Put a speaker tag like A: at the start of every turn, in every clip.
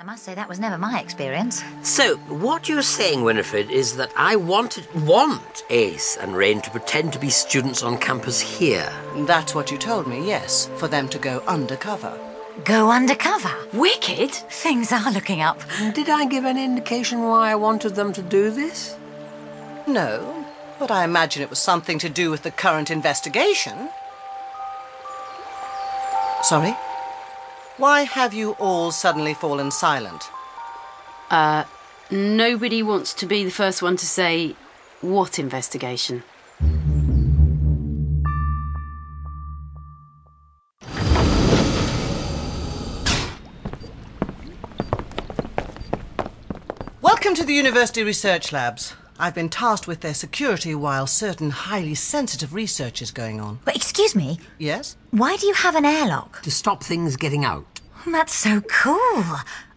A: I must say that was never my experience.
B: So, what you're saying, Winifred, is that I wanted, want Ace and Rain to pretend to be students on campus here.
C: That's what you told me, yes, for them to go undercover.
A: Go undercover.
D: Wicked?
A: Things are looking up.
B: Did I give any indication why I wanted them to do this?
C: No, but I imagine it was something to do with the current investigation. Sorry? Why have you all suddenly fallen silent?
D: Nobody wants to be the first one to say, what investigation?
C: Welcome to the University Research Labs. I've been tasked with their security while certain highly sensitive research is going on.
A: But excuse me,
C: Yes?
A: why do you have an airlock? Hmm,
B: To stop things getting out.
A: That's so cool.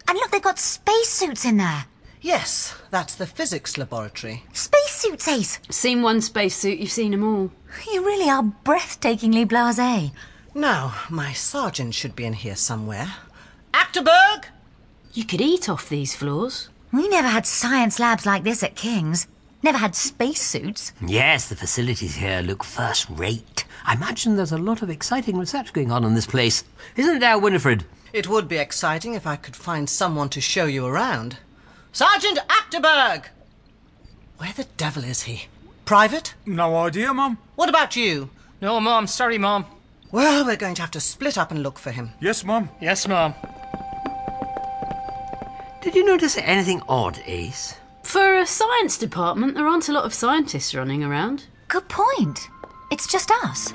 A: And look, they've got spacesuits in there.
C: Yes, that's the physics laboratory.
A: Spacesuits, Ace.
D: Seen one spacesuit, you've seen them all.
A: You really are breathtakingly blasé.
C: Now, my sergeant should be in here somewhere. Achterberg!
D: You could eat off these floors.
A: We never had science labs like this at King's. Never had spacesuits.
B: Yes, the facilities here look first rate. I imagine there's a lot of exciting research going on in this place. Isn't there, Winifred?
C: It would be exciting if I could find someone to show you around. Sergeant Achterberg! Where the devil is he? Private?
E: No idea, Mum.
C: What about you?
F: No, Mom. Sorry, Mom.
C: Well, we're going to have to split up and look for him.
E: Yes, Mum.
F: Yes, Mom.
B: Did you notice anything odd, Ace?
D: For a science department, there aren't a lot of scientists running around.
A: Good point. It's just us.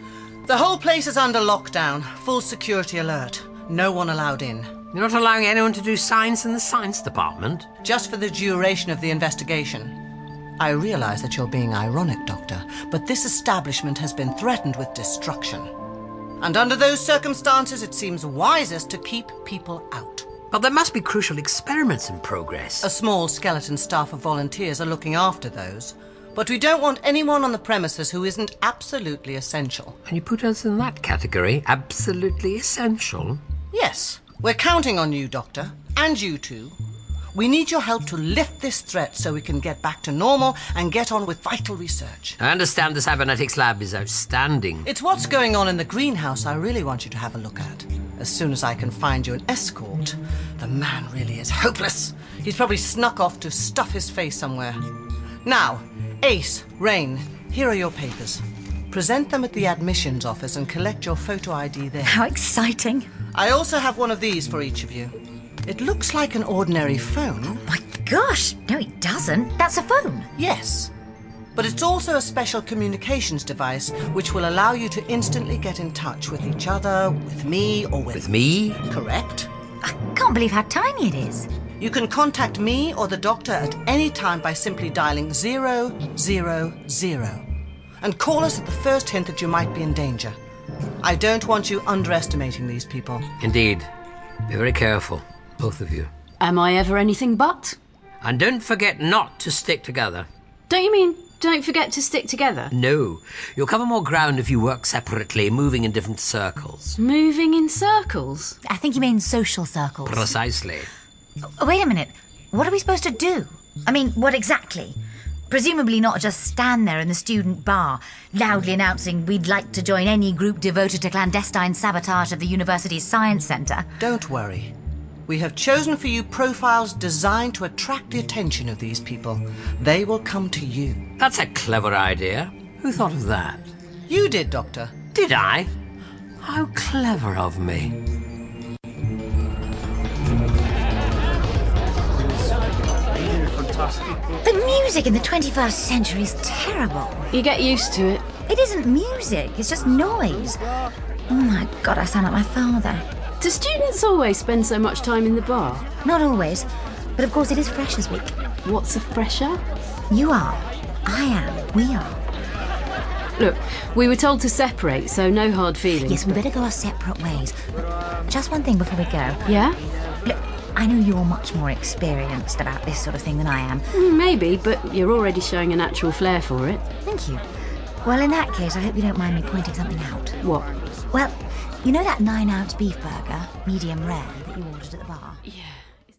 C: The whole place is under lockdown, full security alert. No one allowed in.
B: You're not allowing anyone to do science in the science department?
C: Just for the duration of the investigation. I realize that you're being ironic, Doctor, but this establishment has been threatened with destruction. And under those circumstances, it seems wisest to keep people out.
B: But there must be crucial experiments in progress.
C: A small skeleton staff of volunteers are looking after those, but we don't want anyone on the premises who isn't absolutely essential.
B: and you put us in that category, absolutely essential.
C: Yes, we're counting on you, Doctor, and you two. We need your help to lift this threat so we can get back to normal and get on with vital research.
B: I understand the cybernetics lab is outstanding.
C: It's what's going on in the greenhouse I really want you to have a look at. As soon as I can find you an escort, the man really is hopeless. He's probably snuck off to stuff his face somewhere. Now, Ace, Rain, here are your papers. Present them at the admissions office and collect your photo ID there.
A: How exciting.
C: I also have one of these for each of you. It looks like an ordinary phone.
A: My gosh, no, it doesn't. That's a phone.
C: Yes. But it's also a special communications device which will allow you to instantly get in touch with each other, with me, or with,
B: With me?
C: Correct.
A: I can't believe how tiny it is.
C: You can contact me or the doctor at any time by simply dialing 000 and call us at the first hint that you might be in danger. I don't want you underestimating these people.
B: Indeed. Be very careful, both of you.
D: Am I ever anything but?
B: And don't forget not to stick together.
D: Don't you mean don't forget to stick together?
B: No. You'll cover more ground if you work separately, moving in different circles.
D: Moving in circles?
A: I think you mean social circles.
B: Precisely.
A: Oh, Wait a minute. What are we supposed to do? I mean, what exactly? Presumably not just stand there in the student bar, loudly announcing we'd like to join any group devoted to clandestine sabotage of the university's science centre.
C: Don't worry. We have chosen for you profiles designed to attract the attention of these people. They will come to you.
B: That's a clever idea. Who thought of that?
C: You did, Doctor.
B: Did I? How clever of me.
A: The music in the 21st century is terrible.
D: You get used to it.
A: It isn't music, it's just noise. Oh my god, I sound like my father.
D: Do students always spend so much time in the bar?
A: Not always, but of course it is Freshers Week.
D: What's a fresher?
A: You are, I am, we are.
D: Look, we were told to separate, so no hard feelings.
A: Yes, we better go our separate ways. But just one thing before we go.
D: Yeah?
A: Look, I know you're much more experienced about this sort of thing than I am.
D: Mm, Maybe, but you're already showing a natural flair for it.
A: Thank you. Well, in that case, I hope you don't mind me pointing something out.
D: What?
A: Well, you know that nine ounce beef burger, medium rare, that you ordered at the bar?
D: Yeah.